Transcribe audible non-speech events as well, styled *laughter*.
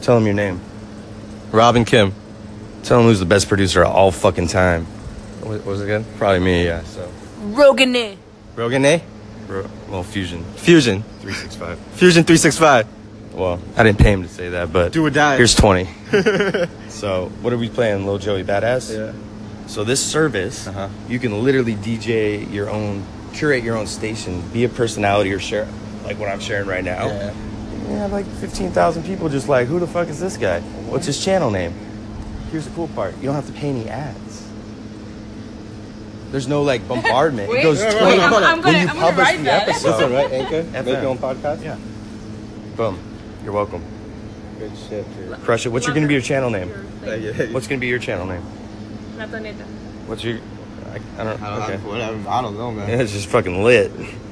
Tell him your name. Robin Kim. Tell him who's the best producer of all fucking time. What was it again? Probably me, yeah. So Rogan. Rogan, eh? Ro- well, Fusion Fusion. three six five. Fusion 365. Well, I didn't pay him to say that, but Do or die. Here's *laughs* twenty. so what are we playing, Lil Joey Badass? So this service, Uh-huh. you can literally DJ your own, curate your own station, be a personality or share like what I'm sharing right now. Yeah. You have like fifteen thousand people just like, who the fuck is this guy? What's his channel name? Here's the cool part: you don't have to pay any ads. There's no like *laughs* bombardment. it Wait, goes wait, wait, 20 I'm- I'm when you gonna- I'm gonna publish write the that. episode. Listen, right? Anchor? Make FM. your own podcast? Yeah. Boom. You're welcome. Good shit, dude. Crush it. What's your gonna be your channel name? Thank you. What's gonna be your channel name? What's your? I, I don't. I don't, Okay. I, whatever. I don't know, *laughs* man. It's just fucking lit.